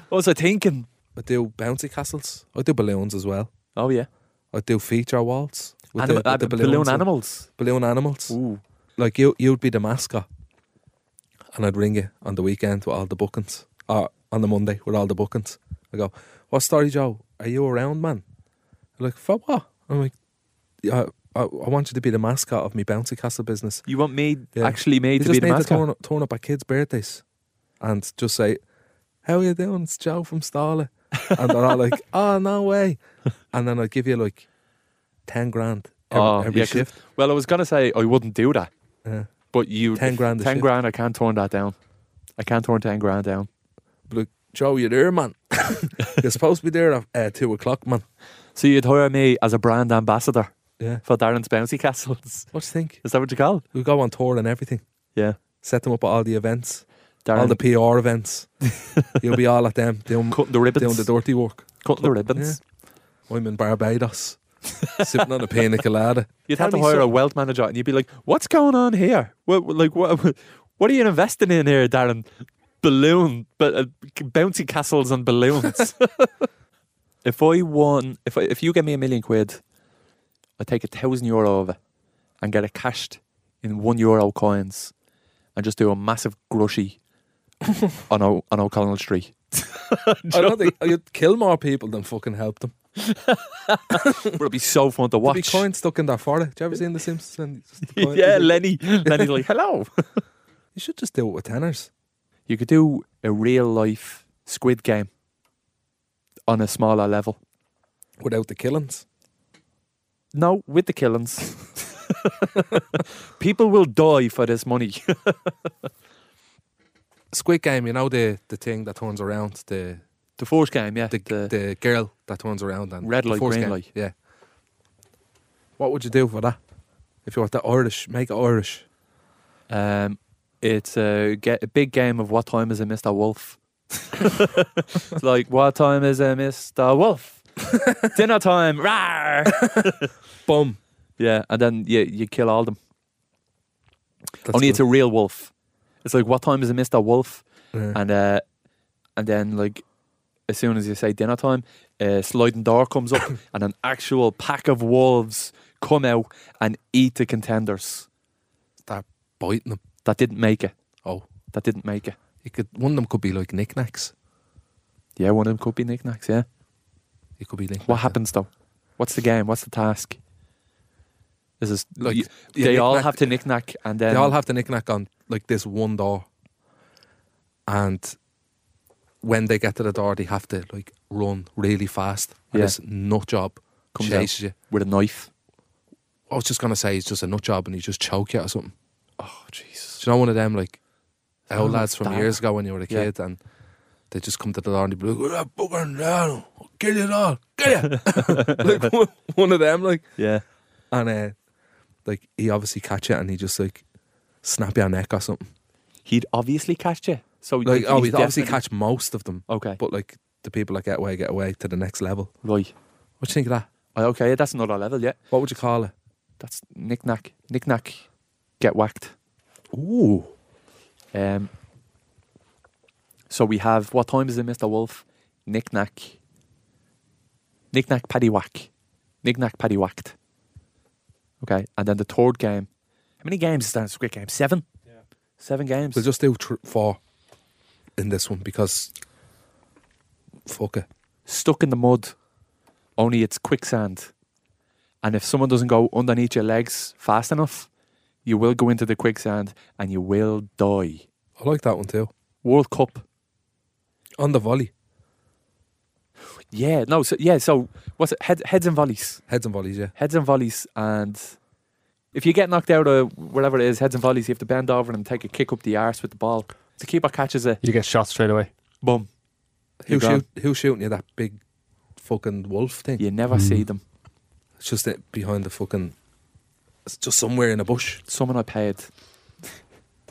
C: what was I thinking?
D: I do bouncy castles. I do balloons as well.
C: Oh, yeah.
D: I do feature walls with
C: Anima-
D: the,
C: uh,
D: with the
C: balloon,
D: balloons and-
C: animals.
D: Balloon animals.
C: Ooh.
D: Like you, you'd be the mascot, and I'd ring you on the weekend with all the bookings, or on the Monday with all the bookings. I go, "What story, Joe? Are you around, man?" They're like, "For what?" I'm like, "Yeah, I, I want you to be the mascot of me bouncy castle business."
C: You want me,
D: Yeah.
C: actually me,
D: You
C: to
D: just
C: be the
D: need to
C: mascot?
D: turn, up- turn up at kids' birthdays, and just say, "How are you doing? It's Joe from Stala," and they're all like, "Oh, no way!" And then I give you like ten grand every,
C: Oh,
D: every
C: yeah, 'cause-
D: shift.
C: Well, I was going to say I wouldn't do that,
D: Yeah.
C: but you.
D: 10 grand a
C: Ten
D: shift.
C: grand, I can't turn that down. I can't turn 10 grand down.
D: Look, Joe, you're there, man. you're supposed to be there at uh, two o'clock, man.
C: So you'd hire me as a brand ambassador
D: Yeah.
C: for Darren's Bouncy Castles.
D: What do you think?
C: Is that what you call it?
D: We go on tour and everything.
C: Yeah.
D: Set them up at all the events,
C: Darren
D: all the PR events. You'll be all at them doing,
C: cutting the ribbons.
D: doing the dirty work.
C: cutting the ribbons.
D: I'm in Barbados, sipping on a pina colada.
C: You'd
D: Tell
C: have to
D: me
C: hire a
D: something.
C: wealth manager, and you'd be like, "What's going on here? What, what- like, what, what are you investing in here, Darren? Balloon, but uh, bouncy castles and balloons." if I won, if I, if you give me a million quid, I take a thousand euro of it and get it cashed in one euro coins, and just do a massive grushy on o, on O'Connell Street.
D: I don't think you'd kill more people than fucking help them.
C: But it'd be so fun to
D: There'd be
C: watch.
D: coins stuck in their forehead. Do you ever seen The Simpsons? And just the coin-
C: yeah, Lenny. Lenny's like, "Hello."
D: you should just do it with tenors.
C: You could do a real life Squid Game on a smaller level.
D: Without the killings.
C: No, with the killings. People will die for this money.
D: Squid Game, you know the, the thing that turns around, the
C: the first game, yeah.
D: the,
C: the-
D: the girl that turns around and
C: Red
D: the
C: light,
D: first
C: green
D: game,
C: light.
D: Yeah. What would you do for that? If you want the Irish, make it Irish.
C: um, it's a, ge- a big game of what time is it, Mr. Wolf? it's like, what time is it, Mr. Wolf? Dinner time. Rawr!
D: Boom.
C: yeah, and then you, you kill all them.
D: That's
C: Only
D: good.
C: it's a real wolf. It's like what time is it Mr. Wolf?
D: Yeah.
C: And uh and then like as soon as you say dinner time, a sliding door comes up and an actual pack of wolves come out and eat the contenders
D: Start biting them.
C: that didn't make it.
D: Oh,
C: That didn't make it.
D: you could. One of them could be like knickknacks.
C: Yeah, one of them could be knickknacks, yeah.
D: It could be like
C: What happens though? What's the game? What's the task? Is this
D: Like,
C: like
D: you- you
C: they all
D: knick-knack-
C: have to knick-knack and then
D: They all have the knickknack on like this one door, and when they get to the door, they have to like run really fast. And
C: Yeah.
D: This nut job
C: Comes out.
D: chases you.
C: with a knife.
D: I was just gonna say he's just a nut job and he just choke you or something.
C: Oh Jesus.
D: Do you know one of them like old lads from
C: that.
D: years ago when you were a
C: Oh, Yeah.
D: kid and they just come to the door and they be like, "Look at that bugger now, I'll kill you all, get you." like one, one of them, like
C: Yeah.
D: and uh, like he obviously catch it and he just like snap your neck or something.
C: He'd obviously catch you. So
D: Like oh, he'd obviously
C: definitely-
D: catch most of them,
C: Okay.
D: but like the people that get away get away to the next level.
C: Right.
D: What do you think of that?
C: Oh, Okay, that's another level, yeah.
D: What would you call it?
C: That's knick-knack. Knick-knack. Get whacked.
D: Ooh,
C: Um, so we have, what time is it, Mr. Wolf? Knick-knack. Knick-knack, paddy-whack. Knick-knack, paddy-whacked. Okay, and then the third game. How many games is that in Squid Game? Seven? Yeah. Seven games?
D: we'll just do tr- four in this one because fuck it.
C: Stuck in the mud, only it's quicksand. And if someone doesn't go underneath your legs fast enough, you will go into the quicksand and you will die.
D: I like that one too.
C: World Cup.
D: On the volley,
C: Yeah, no, so yeah, so what's it? Head, heads and volleys,
D: heads and volleys, yeah.
C: heads and volleys, and if you get knocked out of whatever it is, heads and volleys, you have to bend over and take a kick up the arse with the ball. The keeper catches it,
E: You get shot straight away.
C: boom.
D: Who
C: You're gone.
D: shoot, who's shooting you that big fucking wolf thing?
C: You never see them.
D: It's just it behind the fucking. It's just somewhere in a bush.
C: Someone I paid.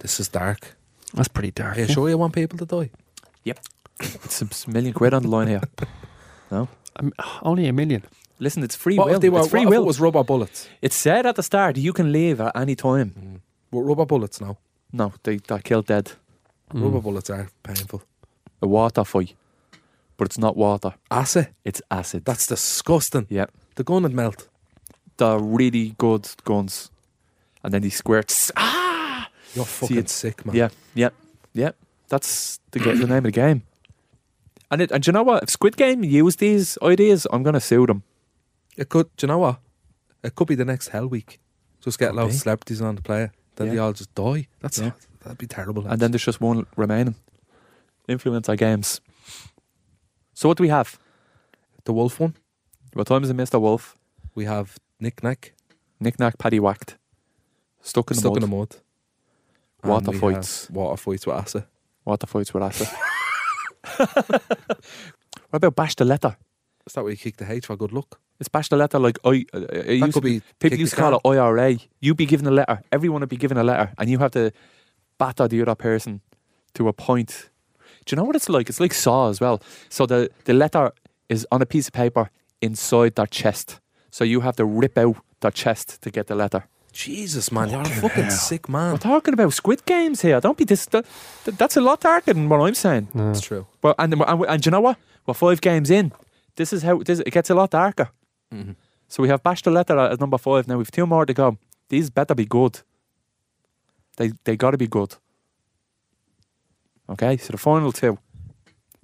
D: This is dark.
E: That's pretty dark.
D: Are you sure you want people to die?
C: It's a million quid on the line here.
E: Um, only a million.
C: Listen, it's free
D: what
C: will.
D: if they were,
C: it's free
D: what
C: will.
D: If it was rubber bullets.
C: It's said at the start you can leave at any time.
D: Mm. Well, rubber bullets now.
C: No, they got killed dead. Hmm.
D: Rubber bullets are painful.
C: A water fight, but it's not water.
D: Acid.
C: It's acid.
D: That's disgusting.
C: yep.
D: The gun would melt.
C: They're really good guns, and then he squirts.
D: You're fucking
C: it-
D: sick, man.
C: Yeah, yeah, yeah. That's the, ga- the name of the game. And it, and do you know what? If Squid Game use these ideas, I'm gonna sue them.
D: It could. Do you know what? It could be the next Hell Week. Just get a lot of
C: be.
D: celebrities on to play it. Then
C: Yeah.
D: they all just die. That's
C: Yeah.
D: that'd be terrible.
C: And then there's just one remaining. Influencer games. So what do we have?
D: the wolf one.
C: What time is it, Mr. Wolf?
D: We have Nick Nack
C: Knick knack, paddy whacked. Stuck in the
D: stuck
C: mud.
D: in the mud. And
C: Water
D: we
C: fights.
D: have Water fights with acid.
C: Water fights with acid. what about bash the letter?
D: Is that where you kick the H for good luck?
C: It's bash the letter like I. Uh, it
D: That
C: used
D: could
C: to
D: be kick
C: People
D: the
C: used to call
D: can.
C: it IRA. You be given a letter. Everyone would be given a letter, and you have to batter the other person to a point. Do you know what it's like? It's like saw as well. So the the letter is on a piece of paper inside their chest. So you have to rip out their chest to get the letter.
D: Jesus, man, you're a fucking sick man.
C: We're talking about Squid Games here. Don't be this. That, that's a lot darker than what I'm saying.
D: That's true.
C: Well, and, and and do you know what? We're five games in. This is how this, it gets a lot darker.
D: Mm-hmm.
C: So we have Bash the Letter at number five. Now we've two more to go. These better be good. They they got to be good. Okay, so the final two,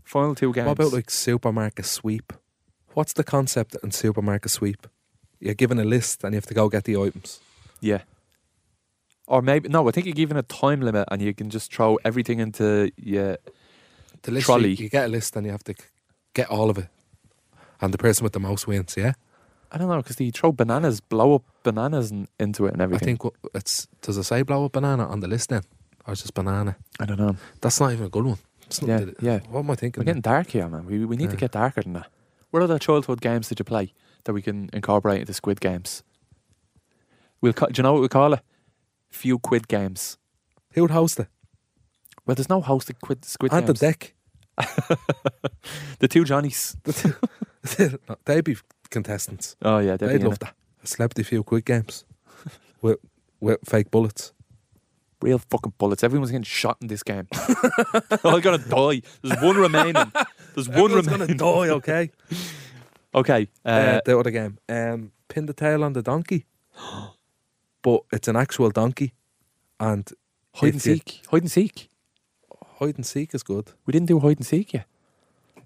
C: final two games.
D: What about like supermarket sweep? What's the concept in supermarket sweep? You're given a list and you have to go get the items.
C: yeah? Or maybe no. I think you're given a time limit, and you can just throw everything into yeah.
D: The list
C: Trolley.
D: You, you get a list and you have to c- get all of it. And the person with the most wins, yeah?
C: I don't know because they throw bananas, blow up bananas and, into it, and
D: I
C: everything.
D: think what it's does it say blow up banana on the list then? Or it's just banana?
C: I don't know.
D: That's not even a good one. It's not,
C: Yeah,
D: did it-
C: yeah.
D: What am I thinking?
C: We're getting dark here, man. We, we need to
D: Yeah.
C: get darker than that. What other childhood games did you play that we can incorporate into Squid Games? We'll ca- do you know what we call it? Few quid games.
D: Who would host it?
C: Well, there's no host of quid, Squid
D: And the
C: Games.
D: deck.
C: the two Johnnies.
D: No, They'd be contestants.
C: Oh yeah,
D: They'd,
C: they'd, be in
D: love
C: it.
D: that. A celebrity few quick games with, with fake bullets.
C: Real fucking bullets. Everyone's getting shot in this game. They're all gonna die. There's one remaining. There's one
D: Everyone's
C: remaining.
D: gonna die, okay?
C: Okay. Uh,
D: uh, the other game. Um, pin the tail on the donkey. But it's an actual donkey. And
C: hide and
D: if you-
C: seek. Hide and seek.
D: hide and seek is good.
C: We didn't do hide and seek yet.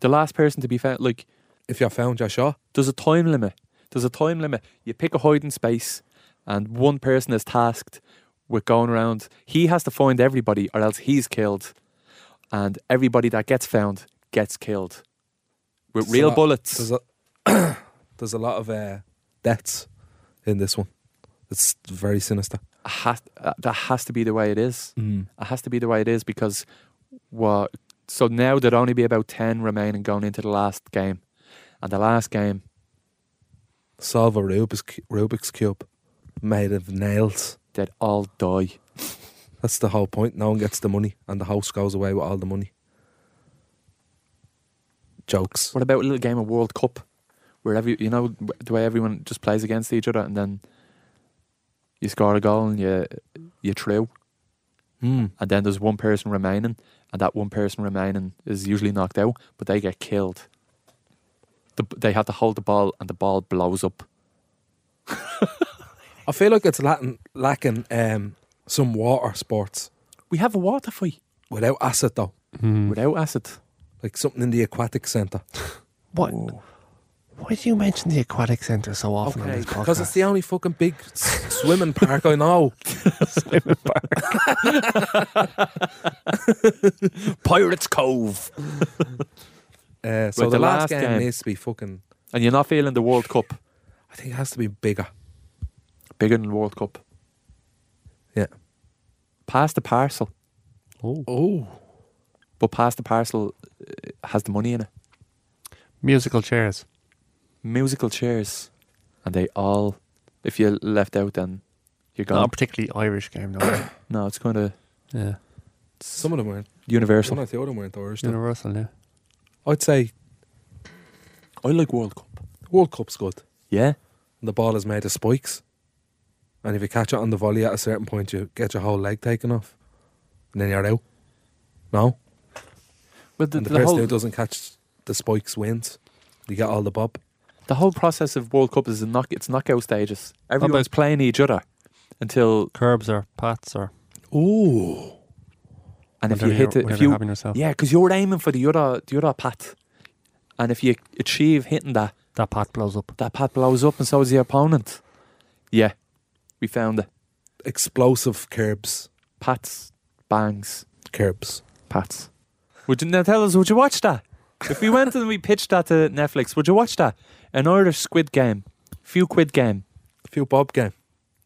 C: The last person to be found. Like
D: If you're found, you're shot.
C: there's a time limit. There's a time limit. You pick a hiding space, and one person is tasked with going around. He has to find everybody, or else he's killed. And everybody that gets found gets killed with
D: There's a
C: real
D: lot-
C: bullets.
D: There's a, there's a lot of uh, deaths in this one. It's very sinister.
C: It has, uh, that has to be the way it is. It has to be the way it is because what? So now there'd only be about ten remaining going into the last game, and the last game.
D: Solve a Rubik's, cu- Rubik's Cube made of nails.
C: They'd all die.
D: That's the whole point. No one gets the money, and the house goes away with all the money. Jokes.
C: What about a little game of World Cup, where every you know the way everyone just plays against each other, and then you score a goal and you you through,
D: Mm.
C: and then there's one person remaining, and that one person remaining is usually knocked out, but they get killed. The, they have to hold the ball, and the ball blows up.
D: I feel like it's lacking, lacking um, some water sports
C: We have a water fight
D: without acid though,
B: Mm.
C: without acid.
D: like something in the aquatic centre.
E: What? Why do you mention the aquatic centre so often on this podcast?
D: because it's the only fucking big s- swimming park I know.
B: Pirates Cove.
D: Uh, so
C: Right,
D: the, last, game, needs to be fucking.
C: and you're not feeling the World Cup
D: I think it has to be bigger.
C: bigger than World Cup.
D: Yeah.
C: Pass the parcel,
D: Oh,
C: but pass the parcel uh, has the money in it.
E: musical chairs.
C: musical chairs, and they all. If you're left out, then you're gone.
E: Not a particularly Irish game, no.
C: No, it's kind of
E: yeah,
D: some of them weren't.
C: universal.
D: One or the other weren't Irish. though.
E: universal. Yeah.
D: I'd say
C: I like World Cup.
D: World Cup's good.
C: Yeah,
D: And the ball is made of spikes, and if you catch it on the volley at a certain point, you get your whole leg taken off, and then you're out. No,
C: but the,
D: and the,
C: the
D: person
C: whole
D: who doesn't catch the spikes wins. You get all the bob.
C: the whole process of World Cup is a knock. It's knockout stages. Everyone's playing each other until
E: Curbs or pats or
D: Ooh,
C: and if you
E: whatever
C: hit
E: you're-
C: it, if
E: whatever
C: you
E: having yourself.
C: yeah, because you're aiming for the other the other pat, and if you achieve hitting that,
E: that pat blows up.
C: that pat blows up, and so is the opponent. Yeah, we found it.
D: explosive curbs,
C: Pats, bangs,
D: curbs.
C: Pats. Would you now tell us? Would you watch that? If we went and we pitched that to Netflix, would you watch that? An Irish squid game, few quid game.
D: Few bob game,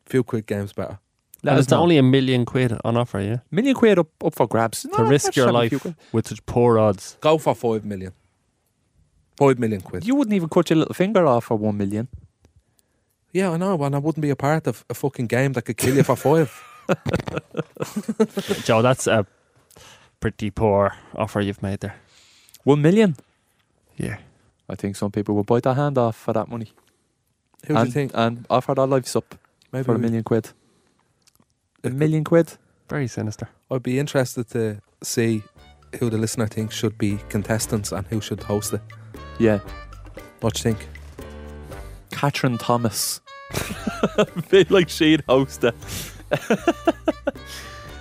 D: few quick games better.
C: Let
E: and
C: us
E: it's
C: know.
E: only a million quid on offer, yeah,
C: million quid up, up for grabs.
E: to
C: No,
E: risk
C: that's
E: your
C: shabby
E: life
C: few quid.
E: with such poor odds.
D: Go for five million. Five million quid.
C: You wouldn't even cut your little finger off for one million.
D: Yeah, I know, and I wouldn't be a part of a fucking game that could kill you for five.
E: Joe, that's a pretty poor offer you've made there.
C: One million.
E: Yeah.
C: I think some people would bite their hand off for that money.
D: Who do
C: and,
D: you think?
C: And offer their lives up
D: Maybe
C: for a
D: we-
C: million quid. A
D: It could-
C: million quid.
E: Very sinister.
D: I'd be interested to see who the listener thinks should be contestants and who should host it.
C: Yeah.
D: What do you think?
C: Catherine Thomas. Feel like she'd host it.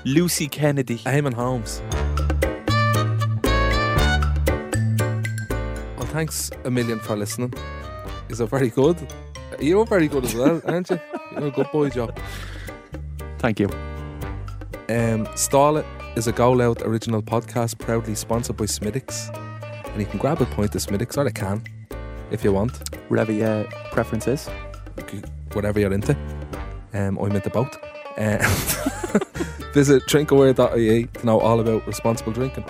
C: Lucy Kennedy.
D: Eamon Holmes. Well, thanks a million for listening. Is it very good? You're very good as well, aren't you? You're a good boy, Joe.
C: Thank you.
D: Um, Stall It is a Go Loud original podcast proudly sponsored by Smiddix. And you can grab a point to Smiddix, or a can, if you want,
C: Whatever your preference is.
D: whatever you're into. Um, I'm into Um, both. Uh, visit drinkaware.ie to know all about responsible drinking.